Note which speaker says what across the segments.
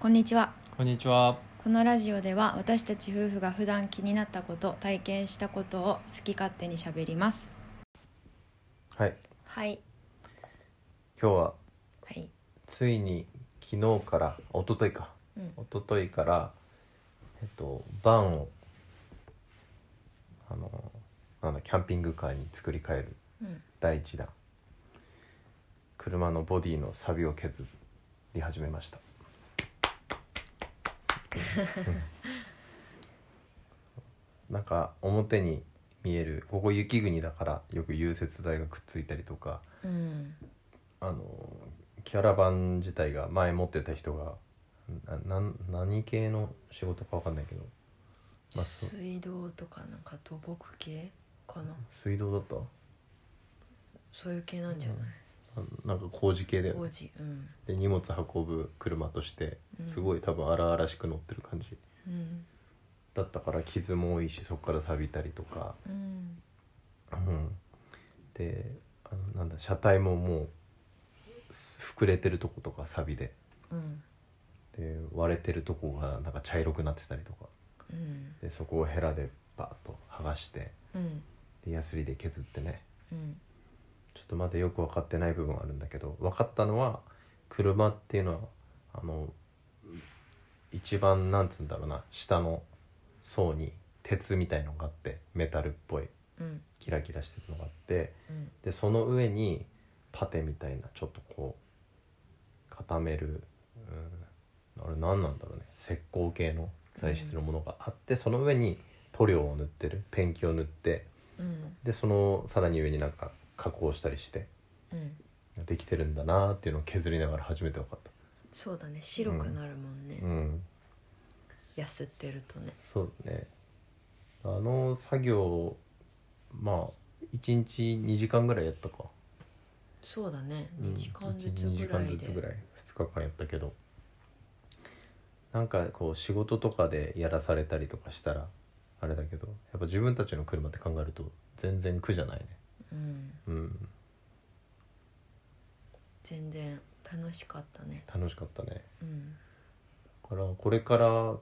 Speaker 1: こんにちは
Speaker 2: こんにちは。
Speaker 1: このラジオでは私たち夫婦が普段気になったこと体験したことを好き勝手にしゃべります
Speaker 2: はい。
Speaker 1: はい
Speaker 2: 今日は
Speaker 1: はい
Speaker 2: ついに昨日から一昨日か、
Speaker 1: うん
Speaker 2: 一昨日からえっとバンをあのなんだキャンピングカーに作り変える
Speaker 1: うん
Speaker 2: 第一弾。車のボディの錆を削り始めました。うんなんか表に見えるここ雪国だからよく融雪剤がくっついたりとか
Speaker 1: うん
Speaker 2: あのキャラバン自体が前持ってた人がななん何系の仕事か分かんないけど、まあ、そ
Speaker 1: 水道とかなんか土木系かな
Speaker 2: 水道だった
Speaker 1: そういう系なんじゃない
Speaker 2: あなんか工事系だよ
Speaker 1: 王
Speaker 2: ね
Speaker 1: 子うん
Speaker 2: で荷物運ぶ車として
Speaker 1: うん
Speaker 2: すごい多分荒々しく乗ってる感じ
Speaker 1: うん
Speaker 2: だったから傷も多いしそこから錆びたりとか、
Speaker 1: うん
Speaker 2: うん、であのなんだ車体ももうす膨れてるとことか錆で
Speaker 1: うん
Speaker 2: で割れてるとこがなんか茶色くなってたりとか
Speaker 1: うん
Speaker 2: でそこをヘラでバーッと剥がして
Speaker 1: うん
Speaker 2: でヤスリで削ってね
Speaker 1: うん
Speaker 2: ちょっとまだよく分かってない部分はあるんだけど分かったのは車っていうのはあの一番なんつうんだろうな下の層に鉄みたいのがあってメタルっぽい
Speaker 1: うん
Speaker 2: キラキラしてるのがあって
Speaker 1: うん
Speaker 2: でその上にパテみたいなちょっとこう固める、うん、あれ何なんだろうね石膏系の材質のものがあって、その上に塗料を塗ってるペンキを塗って
Speaker 1: うん
Speaker 2: でそのさらに上になんか加工したりして
Speaker 1: うん
Speaker 2: できてるんだなっていうのを削りながら初めて分かっ
Speaker 1: そうだね白くなるもんね
Speaker 2: たうん
Speaker 1: やすってるとね
Speaker 2: そうだねあの作業まあ1日2時間ぐらいやったか
Speaker 1: そうだね
Speaker 2: うん
Speaker 1: 2時間ずつぐ
Speaker 2: 1 2時
Speaker 1: ら
Speaker 2: 間
Speaker 1: い
Speaker 2: ず
Speaker 1: で
Speaker 2: つぐらい2日間やったけどなんかこう仕事とかでやらされたりとかしたらあれだけどやっぱ自分たちの車って考えると全然苦じゃないね
Speaker 1: うん
Speaker 2: うん
Speaker 1: 全然楽しかったね
Speaker 2: 楽しかったね
Speaker 1: うん
Speaker 2: だからこれから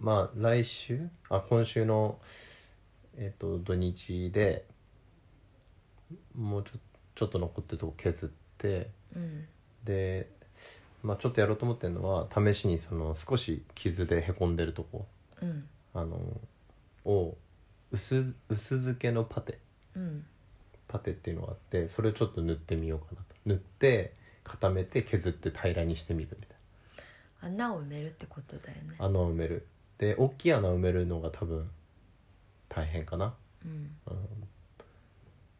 Speaker 2: まあ来週あ今週のえっと土日でもうちょちょっと残ってるとこ削って
Speaker 1: うん
Speaker 2: で、まあ、ちょっとやろうと思ってるのは試しにその少し傷でへこんでるとこ
Speaker 1: うん
Speaker 2: あのを薄薄付けのパテ
Speaker 1: うん
Speaker 2: パテっていうのがあってそれをちょっと塗ってみようかなと塗って固めて削って平らにしてみるみたいな。
Speaker 1: 穴を埋めるってことだよね
Speaker 2: 穴を埋めるで大きい穴を埋めるのが多分大変かな、
Speaker 1: うん
Speaker 2: うん、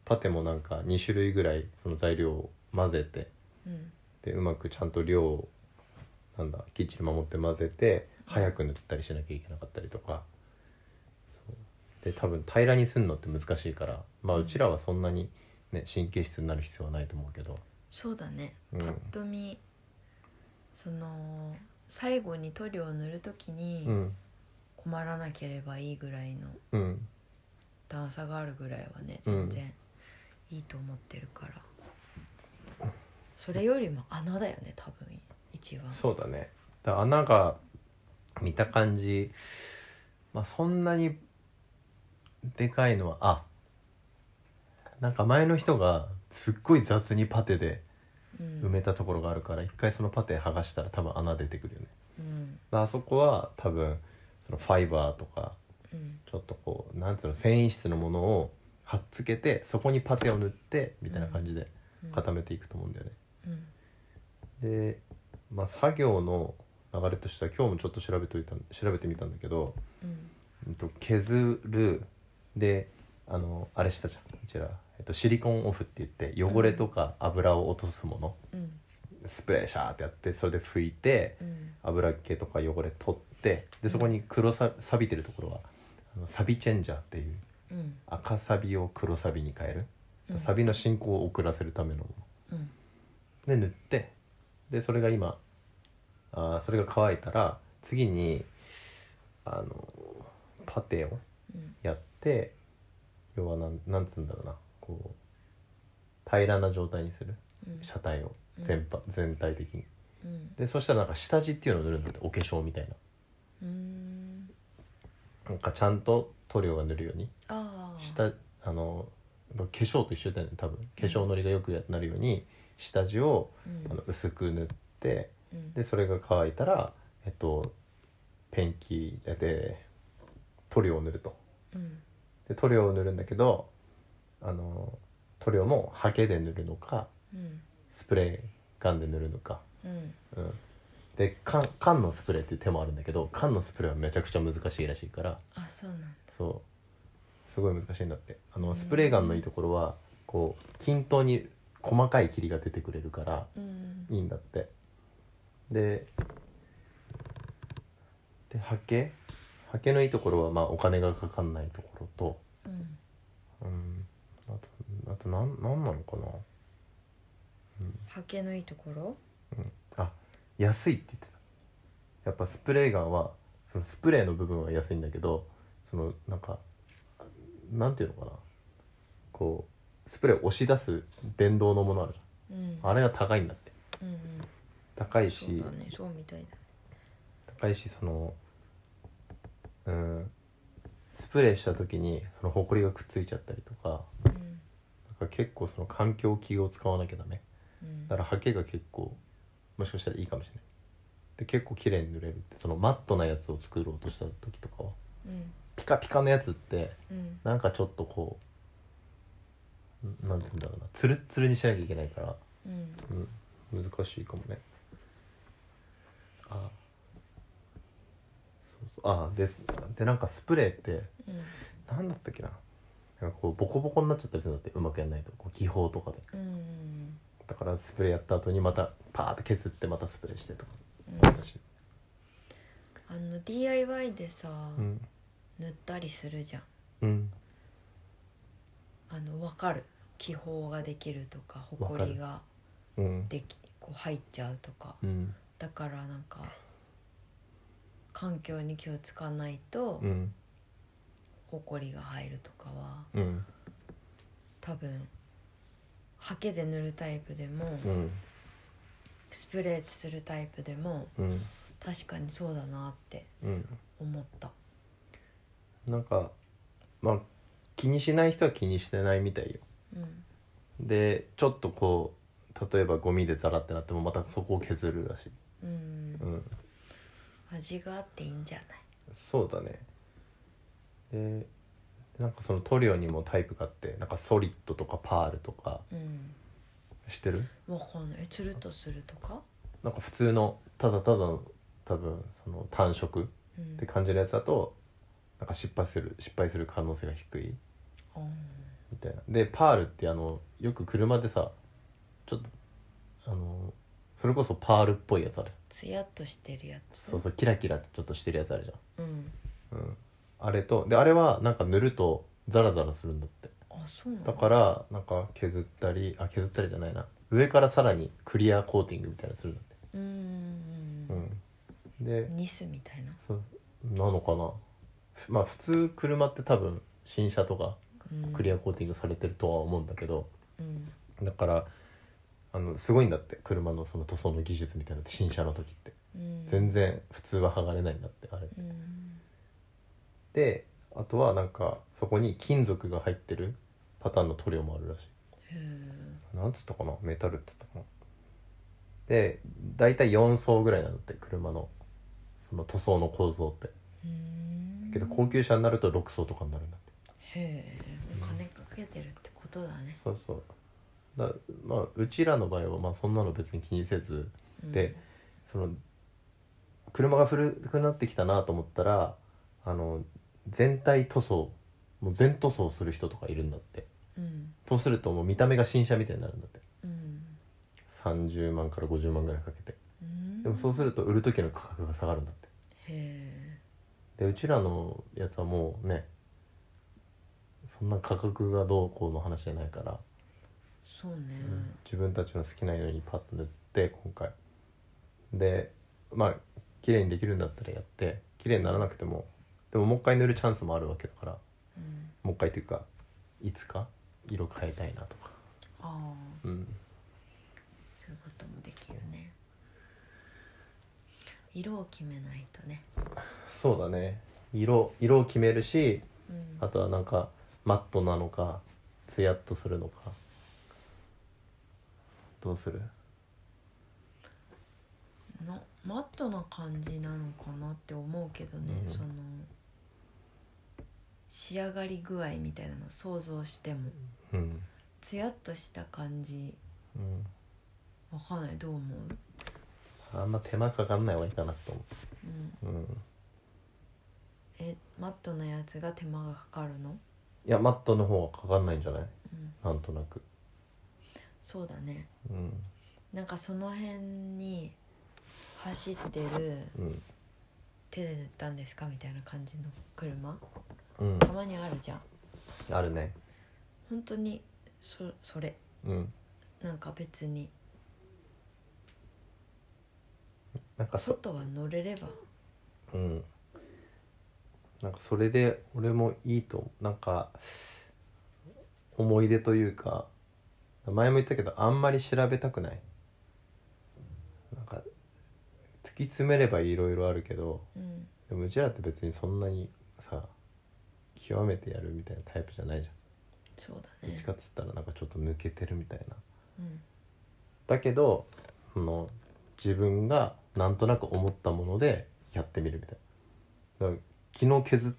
Speaker 2: パテもなんか2種類ぐらいその材料を混ぜて
Speaker 1: うん
Speaker 2: でうまくちゃんと量をなんだきっちり守って混ぜて早く塗ったりしなきゃいけなかったりとかそうで多分平らにするのって難しいからまあ
Speaker 1: うん
Speaker 2: うちらはそんなに、ね、神経質になる必要はないと思うけど
Speaker 1: そうだね
Speaker 2: うん
Speaker 1: パッと見その最後に塗料を塗るとき
Speaker 2: う
Speaker 1: に
Speaker 2: ん
Speaker 1: 困らなければいいぐらいの
Speaker 2: うん
Speaker 1: 段差があるぐらいはね
Speaker 2: うん
Speaker 1: 全然いいと思ってるからそれよりも穴だよね多分一番
Speaker 2: そうだねだから穴が見た感じ、まあ、そんなにでかいのはあなんか前の人がすっごい雑にパテで
Speaker 1: うん
Speaker 2: 埋めたところがあるから一回そのパテ剥がしたら多分穴出てくるよね
Speaker 1: うん
Speaker 2: だからあそこは多分そのファイバーとか
Speaker 1: うん
Speaker 2: ちょっとこうなんつうの繊維質のものをはっつけてそこにパテを塗ってみたいな感じで
Speaker 1: うん
Speaker 2: 固めていくと思うんだよね、
Speaker 1: うん
Speaker 2: で、まあ、作業の流れとしては今日もちょっと調べといた調べてみたんだけど、
Speaker 1: うん
Speaker 2: うんと、削るであのあれしたじゃんこちら、えっと、シリコンオフって言って汚れとか油を落とすもの、
Speaker 1: うん
Speaker 2: スプレーシャーってやってそれで拭いて
Speaker 1: うん
Speaker 2: 油気とか汚れ取ってでそこに黒さ錆びてるところはあのサビチェンジャーっていう
Speaker 1: うん
Speaker 2: 赤サビを黒サビに変える、
Speaker 1: うん
Speaker 2: サビの進行を遅らせるためのもの
Speaker 1: うん
Speaker 2: で塗ってでそれが今あーそれが乾いたら次にあのパテを
Speaker 1: うん
Speaker 2: やって要はなんなんつうんだろうなこう平らな状態にする
Speaker 1: うん
Speaker 2: 車体を
Speaker 1: うん
Speaker 2: 全般、全体的に
Speaker 1: ううん
Speaker 2: でそしたらなんか下地っていうのを塗るんだってお化粧みたいな
Speaker 1: うーん
Speaker 2: なんかちゃんと塗料が塗るように
Speaker 1: ああ
Speaker 2: 下あの化粧と一緒だよね多分化粧のりがよくやなるように下地を
Speaker 1: うん
Speaker 2: あの薄く塗って
Speaker 1: うん
Speaker 2: でそれが乾いたらえっとペンキで塗料を塗ると
Speaker 1: うん
Speaker 2: で塗料を塗るんだけどあの塗料もハケで塗るのか
Speaker 1: うん
Speaker 2: スプレー缶で塗るのか、
Speaker 1: うん
Speaker 2: うん、で缶缶のスプレーっていう手もあるんだけど缶のスプレーはめちゃくちゃ難しいらしいから
Speaker 1: あそうなんだ
Speaker 2: そうすごい難しいんだって
Speaker 1: う
Speaker 2: あの
Speaker 1: ん
Speaker 2: スプレーガンのいいところはこう均等に細かい霧が出てくれるから
Speaker 1: うん
Speaker 2: いいんだってででハケハケのいいところはまあお金がかかんないところと
Speaker 1: うん
Speaker 2: うんあとあとなんなんなのかな
Speaker 1: ハケのいいところ
Speaker 2: あ安いって言ってたやっぱスプレーガンはそのスプレーの部分は安いんだけどそのなんかなんていうのかなこうスプレーを押し出す電動のものあるじ
Speaker 1: うん
Speaker 2: ゃんあれが高いんだって
Speaker 1: うんうん
Speaker 2: 高い
Speaker 1: そう
Speaker 2: し
Speaker 1: だねそうみたいだね
Speaker 2: 高いしそのうんスプレーした時にそのホコリがくっついちゃったりとか
Speaker 1: うん
Speaker 2: なんか結構その環境器具を使わなきゃダメ
Speaker 1: うん
Speaker 2: だからハケが結構もしかしたらいいかもしれないで結構綺麗に塗れるってそのマットなやつを作ろうとした時とかは
Speaker 1: うん
Speaker 2: ピカピカのやつって
Speaker 1: うん
Speaker 2: なんかちょっとこうんなんて言うんだろうなツルッツルにしなきゃいけないから、
Speaker 1: うん
Speaker 2: うん、難しいかもねあそうそうあですでなんかスプレーって
Speaker 1: うん
Speaker 2: 何だったっけななんかこうボコボコになっちゃったりするんだってうまくやんないとこう技法とかで
Speaker 1: うん
Speaker 2: だからスプレーやった後にまたパーって削ってまたスプレーしてとか
Speaker 1: うん
Speaker 2: 私
Speaker 1: あの DIY でさ
Speaker 2: うん
Speaker 1: 塗ったりするじゃん
Speaker 2: うん
Speaker 1: あの分かる気泡ができるとかほ
Speaker 2: か
Speaker 1: こ
Speaker 2: る
Speaker 1: りが
Speaker 2: うん
Speaker 1: できこう入っちゃうとか
Speaker 2: うん
Speaker 1: だからなんか環境に気をつかないと
Speaker 2: うん
Speaker 1: ほこりが入るとかは
Speaker 2: うん
Speaker 1: 多分ハケで塗るタイプでも
Speaker 2: うん
Speaker 1: スプレーするタイプでも
Speaker 2: うん
Speaker 1: 確かにそうだなって
Speaker 2: うん
Speaker 1: 思った
Speaker 2: なんかまあ気にしない人は気にしてないみたいよ
Speaker 1: うん
Speaker 2: でちょっとこう例えばゴミでザラってなってもまたそこを削るらしい、
Speaker 1: うん
Speaker 2: うん、
Speaker 1: 味があっていいんじゃない
Speaker 2: そうだねでなんかその塗料にもタイプがあってなんかソリッドとかパールとか
Speaker 1: うん
Speaker 2: 知ってる
Speaker 1: わかんないえつるっとするとか、
Speaker 2: なんか普通のただただの多分その単色
Speaker 1: うん、
Speaker 2: って感じのやつだとなんか失敗する失敗する可能性が低い
Speaker 1: あー
Speaker 2: みたいなでパールってあのよく車でさちょっとあのそれこそパールっぽいやつある
Speaker 1: つやっとしてるやつ
Speaker 2: そうそうキラキラちょっとしてるやつあるじ
Speaker 1: うん
Speaker 2: ゃん、うん、あれとであれはなんか塗るとザラザラするんだって
Speaker 1: あそうな
Speaker 2: だ
Speaker 1: の
Speaker 2: からなんか削ったりあ削ったりじゃないな上からさらにクリアコーティングみたいなのするんだって
Speaker 1: うんうんうん
Speaker 2: うんで
Speaker 1: ニスみたいな
Speaker 2: そうなのかなふまあ普通車って多分新車とか
Speaker 1: うん
Speaker 2: クリアコーティングされてるとは思うんだけど、
Speaker 1: うん
Speaker 2: だからあのすごいんだって車のその塗装の技術みたいなのって新車の時って
Speaker 1: うん
Speaker 2: 全然普通は剥がれないんだってあれ
Speaker 1: うん
Speaker 2: であとはなんかそこに金属が入ってるパターンの塗料もあるらし
Speaker 1: へー
Speaker 2: いなんつったかなメタルって言ったかなで大体4層ぐらいなんだって車のその塗装の構造って
Speaker 1: うん
Speaker 2: けど高級車になると6層とかになるんだって
Speaker 1: へえお金かけてるってことだね、
Speaker 2: そうそうだまあうちらの場合はまあそんなの別に気にせず
Speaker 1: うん、
Speaker 2: でその車が古くなってきたなと思ったらあの全体塗装もう全塗装する人とかいるんだって
Speaker 1: うん
Speaker 2: そうするともう見た目が新車みたいになるんだって
Speaker 1: うん
Speaker 2: 30万から50万ぐらいかけて
Speaker 1: うん
Speaker 2: でもそうすると売る時の価格が下がるんだって
Speaker 1: へえ
Speaker 2: でうちらのやつはもうねそんな価格がどうこうの話じゃないから、
Speaker 1: そうね
Speaker 2: 自分たちの好きなようにパッと塗って今回でまあ綺麗にできるんだったらやって綺麗にならなくてもでももう一回塗るチャンスもあるわけだから
Speaker 1: うん
Speaker 2: もう一回というかいつか色変えたいなとか
Speaker 1: ああ
Speaker 2: うん
Speaker 1: そういうこともできるね色を決めないとね、
Speaker 2: そうだね色色を決めるし
Speaker 1: うん、
Speaker 2: あとはなんかマットなのかツヤっとするのかどうする
Speaker 1: なマットな感じなのかなって思うけどね、
Speaker 2: うん
Speaker 1: その仕上がり具合みたいなの想像しても
Speaker 2: うん、
Speaker 1: ツヤっとした感じ
Speaker 2: うん、
Speaker 1: わかんないどう思う、
Speaker 2: あんま手間かかんない方がいいかなと
Speaker 1: うん、
Speaker 2: 思う、うん、
Speaker 1: えマットなやつが手間がかかるの、
Speaker 2: いやマットの方がかかんないんじゃない
Speaker 1: うん、
Speaker 2: なんとなく
Speaker 1: そうだね
Speaker 2: うん
Speaker 1: なんかその辺に走ってる
Speaker 2: うん
Speaker 1: 手で塗ったんですかみたいな感じの車
Speaker 2: うん
Speaker 1: たまにあるじゃん
Speaker 2: あるね
Speaker 1: 本当にそそれ
Speaker 2: うん
Speaker 1: なんか別に
Speaker 2: なんかそ
Speaker 1: 外は乗れれば
Speaker 2: うんなんかそれで俺もいいと思うなんか思い出というか前も言ったけどあんまり調べたくないなんか突き詰めればいろいろあるけど
Speaker 1: うん
Speaker 2: でもうちらって別にそんなにさ極めてやるみたいなタイプじゃないじ
Speaker 1: そう
Speaker 2: ゃ
Speaker 1: だ
Speaker 2: んどっ
Speaker 1: ね
Speaker 2: ちかっつったらなんかちょっと抜けてるみたいな
Speaker 1: うん
Speaker 2: だけどその自分がなんとなく思ったものでやってみるみたいなだから昨日削っ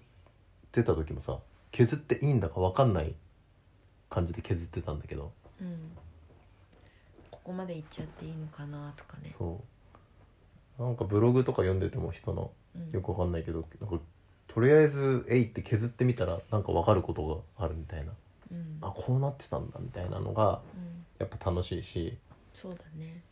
Speaker 2: てた時もさ削っていいんだか分かんない感じで削ってたんだけど
Speaker 1: うんここまで行っちゃっていいのかなとかね
Speaker 2: そうなんかブログとか読んでても人の
Speaker 1: うん
Speaker 2: よく分かんないけどなんかとりあえず「えい」って削ってみたらなんか分かることがあるみたいな
Speaker 1: うん
Speaker 2: あこうなってたんだみたいなのが
Speaker 1: うん
Speaker 2: やっぱ楽しいし
Speaker 1: そうだね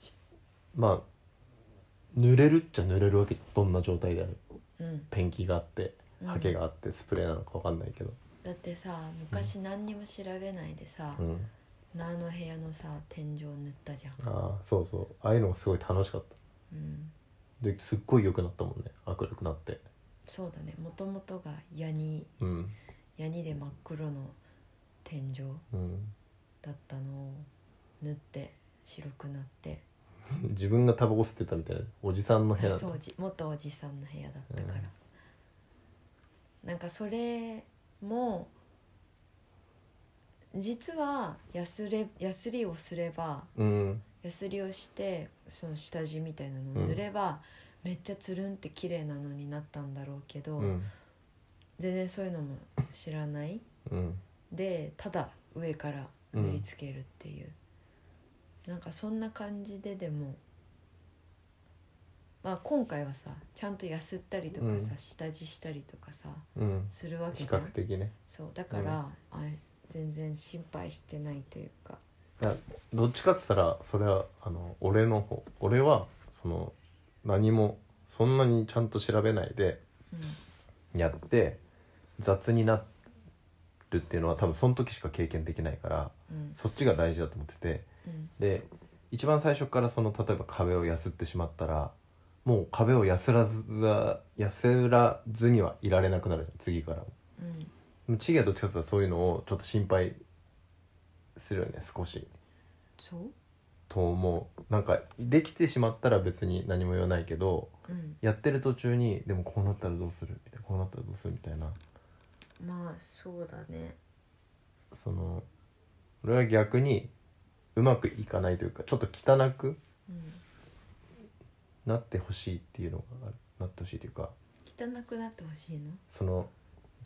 Speaker 2: まあ濡れるっちゃ濡れるわけどんな状態である
Speaker 1: うん
Speaker 2: ペンキがあって
Speaker 1: うん
Speaker 2: ハケがあってスプレーなのか分かんないけど、
Speaker 1: だってさ昔何にも調べないでさ、
Speaker 2: うん、
Speaker 1: なあの部屋のさ天井塗ったじゃん、
Speaker 2: ああそうそうああいうのがすごい楽しかっ
Speaker 1: うん、
Speaker 2: たですっごい良くなったもんね明るくなって
Speaker 1: そうだねもともとがヤニ
Speaker 2: うん
Speaker 1: ヤニで真っ黒の天井
Speaker 2: うん、
Speaker 1: だったのを塗って白くなって
Speaker 2: 自分がタバコ吸ってたみたいなおじさんの部屋だ
Speaker 1: そうおじ元おじさんの部屋だったから、なんかそれも実はやすれやすりをすれば
Speaker 2: うん
Speaker 1: やすりをしてその下地みたいなのを塗れば、めっちゃつるんって綺麗なのになったんだろうけど、
Speaker 2: うん
Speaker 1: 全然そういうのも知らない
Speaker 2: うん
Speaker 1: でただ上から塗りつけるっていう、なんかそんな感じででも、まあ、今回はさちゃんとやすったりとかさ、
Speaker 2: うん
Speaker 1: 下地したりとかさ
Speaker 2: うん
Speaker 1: するわけ
Speaker 2: 比
Speaker 1: じゃ
Speaker 2: 較
Speaker 1: ん
Speaker 2: 的ね
Speaker 1: そうだから、あれ全然心配してないというか
Speaker 2: だどっちかっつったらそれはあの俺の方俺はその何もそんなにちゃんと調べないで
Speaker 1: うん
Speaker 2: やって雑になるっていうのは多分その時しか経験できないから
Speaker 1: うん
Speaker 2: そっちが大事だと思ってて
Speaker 1: うん
Speaker 2: で一番最初からその例えば壁をやすってしまったらもう壁をやすらずだやすらずにはいられなくなるじゃん次からも
Speaker 1: うん
Speaker 2: でもチゲはどっちかっていうとそういうのをちょっと心配するよね少し
Speaker 1: そう
Speaker 2: と思うなんかできてしまったら別に何も言わないけど
Speaker 1: うん
Speaker 2: やってる途中にでもこうなったらどうするみたいなこうなったらどうするみたいな
Speaker 1: まあそうだね
Speaker 2: その俺は逆にうまくいかないというかちょっと汚く
Speaker 1: うん
Speaker 2: なってほしいっていうのがあるなってほしいというか
Speaker 1: 汚くなってほしいの
Speaker 2: その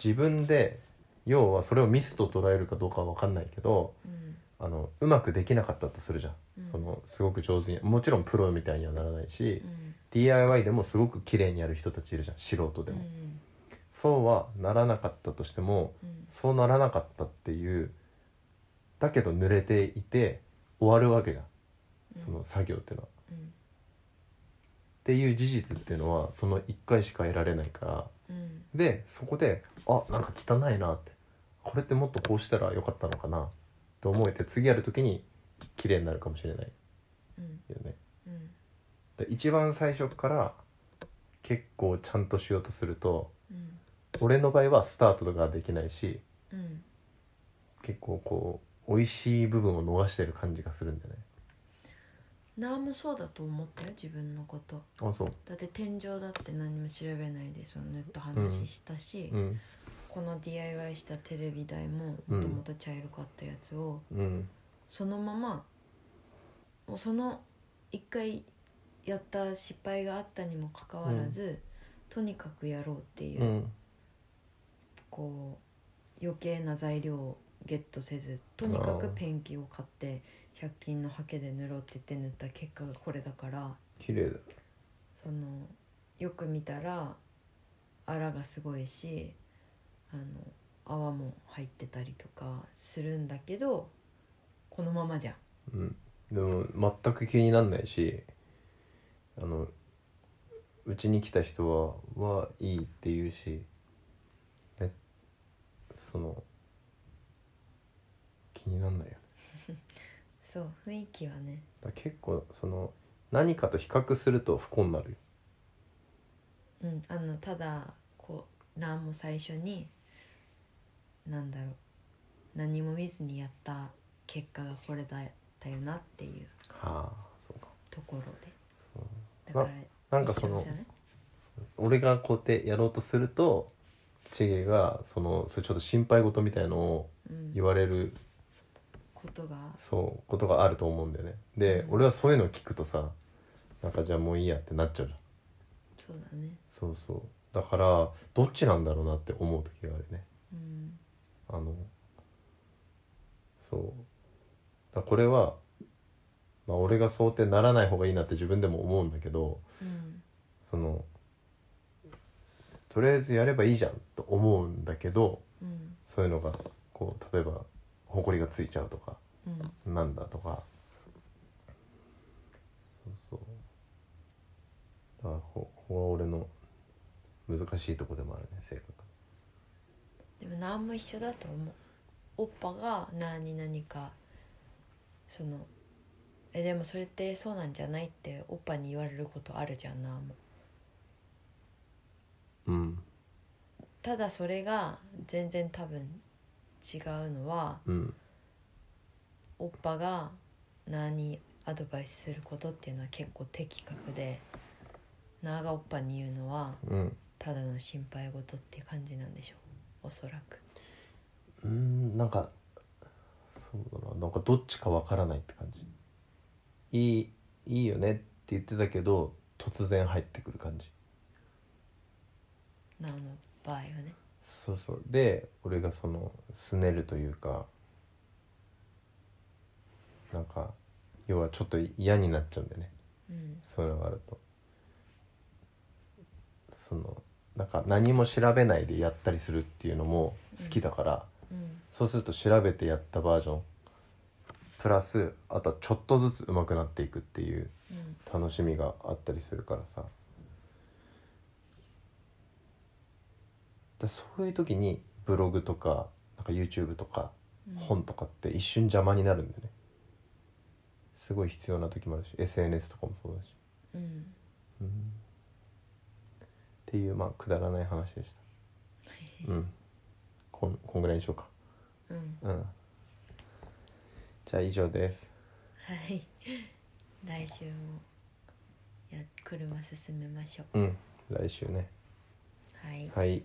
Speaker 2: 自分で要はそれをミスと捉えるかどうかは分かんないけど
Speaker 1: うん
Speaker 2: あのうまくできなかったとするじゃん、
Speaker 1: うん
Speaker 2: そのすごく上手にもちろんプロみたいにはならないし
Speaker 1: う、ん
Speaker 2: DIY でもすごく綺麗にやる人たちいるじゃん素人で
Speaker 1: う
Speaker 2: も、
Speaker 1: ん
Speaker 2: そうはならなかったとしても
Speaker 1: うん
Speaker 2: そうならなかったっていうだけど濡れていて終わるわけじゃん
Speaker 1: うん
Speaker 2: その作業っていうのは。
Speaker 1: うん
Speaker 2: っていう事実っていうのはその1回しか得られないから
Speaker 1: うん
Speaker 2: でそこであなんか汚いなってこれってもっとこうしたらよかったのかなって思えて次やる時に綺麗になるかもしれない
Speaker 1: うん
Speaker 2: よね。
Speaker 1: うん
Speaker 2: で一番最初から結構ちゃんとしようとすると
Speaker 1: うん
Speaker 2: 俺の場合はスタートとかできないし
Speaker 1: うん
Speaker 2: 結構こう美味しい部分を逃してる感じがするんだよね。
Speaker 1: 何もそうだと思ったよ自分のこと
Speaker 2: あそう
Speaker 1: だって天井だって何も調べないでその塗った話したし、
Speaker 2: うん
Speaker 1: この DIY したテレビ台ももともと茶色かったやつを
Speaker 2: うん
Speaker 1: そのままもうその一回やった失敗があったにもかかわらず、とにかくやろうっていう、
Speaker 2: うん
Speaker 1: こう余計な材料をゲットせずとにかくペンキを買って100均のハケで塗ろうって言って塗った結果がこれだから
Speaker 2: 綺麗だ
Speaker 1: そのよく見たらあらがすごいしあの泡も入ってたりとかするんだけどこのままじゃん
Speaker 2: うんでも全く気になんないしあのうちに来た人ははいいって言うしねその気になんないよね
Speaker 1: そう雰囲気はね
Speaker 2: だから結構その何かと比較すると不幸になるよ
Speaker 1: うん、あのただこう何も最初に何だろう何も見ずにやった結果がこれだったよなっていう
Speaker 2: はあそうか
Speaker 1: ところで
Speaker 2: そう
Speaker 1: だから
Speaker 2: なんかそ
Speaker 1: 一緒
Speaker 2: の
Speaker 1: じゃない
Speaker 2: 俺がこうやってやろうとするとチゲがそのそれちょっと心配事みたいのを
Speaker 1: うん
Speaker 2: 言われる、
Speaker 1: ことが
Speaker 2: そうことがあると思うんだよねで、
Speaker 1: うん
Speaker 2: 俺はそういうのを聞くとさなんかじゃあもういいやってなっちゃうじゃん
Speaker 1: そうだね
Speaker 2: そうそうだからどっちなんだろうなって思う時があるね
Speaker 1: うん
Speaker 2: あのそうだからこれは、まあ、俺が想定ならない方がいいなって自分でも思うんだけど
Speaker 1: うん
Speaker 2: そのとりあえずやればいいじゃんと思うんだけど
Speaker 1: うん
Speaker 2: そういうのがこう例えばほこりがついちゃうとか
Speaker 1: うん
Speaker 2: なんだとかそうそうだからこここは俺の難しいとこでもあるね性格
Speaker 1: でも何も一緒だと思うおっぱが何々かそのえでもそれってそうなんじゃないっておっぱに言われることあるじゃんなも
Speaker 2: うん
Speaker 1: ただそれが全然多分違うのは
Speaker 2: うん
Speaker 1: おっぱが何アドバイスすることっていうのは結構的確でなあがおっぱに言うのは
Speaker 2: うん
Speaker 1: ただの心配事っていう感じなんでしょうおそらく
Speaker 2: うんなんかそうだななんかどっちかわからないって感じいいいいよねって言ってたけど突然入ってくる感じ
Speaker 1: なあの場合はね
Speaker 2: そうそうで俺がそのすねるというかなんか要はちょっと嫌になっちゃうんだよね
Speaker 1: うん
Speaker 2: そういうのがあるとそのなんか何も調べないでやったりするっていうのも好きだから、
Speaker 1: うん
Speaker 2: そうすると調べてやったバージョンプラスあとはちょっとずつ上手くなっていくっていう
Speaker 1: うん
Speaker 2: 楽しみがあったりするからさだそういう時にブログとかなんか YouTube とか
Speaker 1: うん
Speaker 2: 本とかって一瞬邪魔になるんだよね、すごい必要な時もあるし SNS とかもそうだし、
Speaker 1: うん
Speaker 2: うんっていうまあくだらない話でした、うん、こんこんぐらいにしようか
Speaker 1: うん
Speaker 2: うんじゃあ以上です
Speaker 1: はい 来週もや車進めましょう
Speaker 2: うん来週ね
Speaker 1: はい
Speaker 2: はい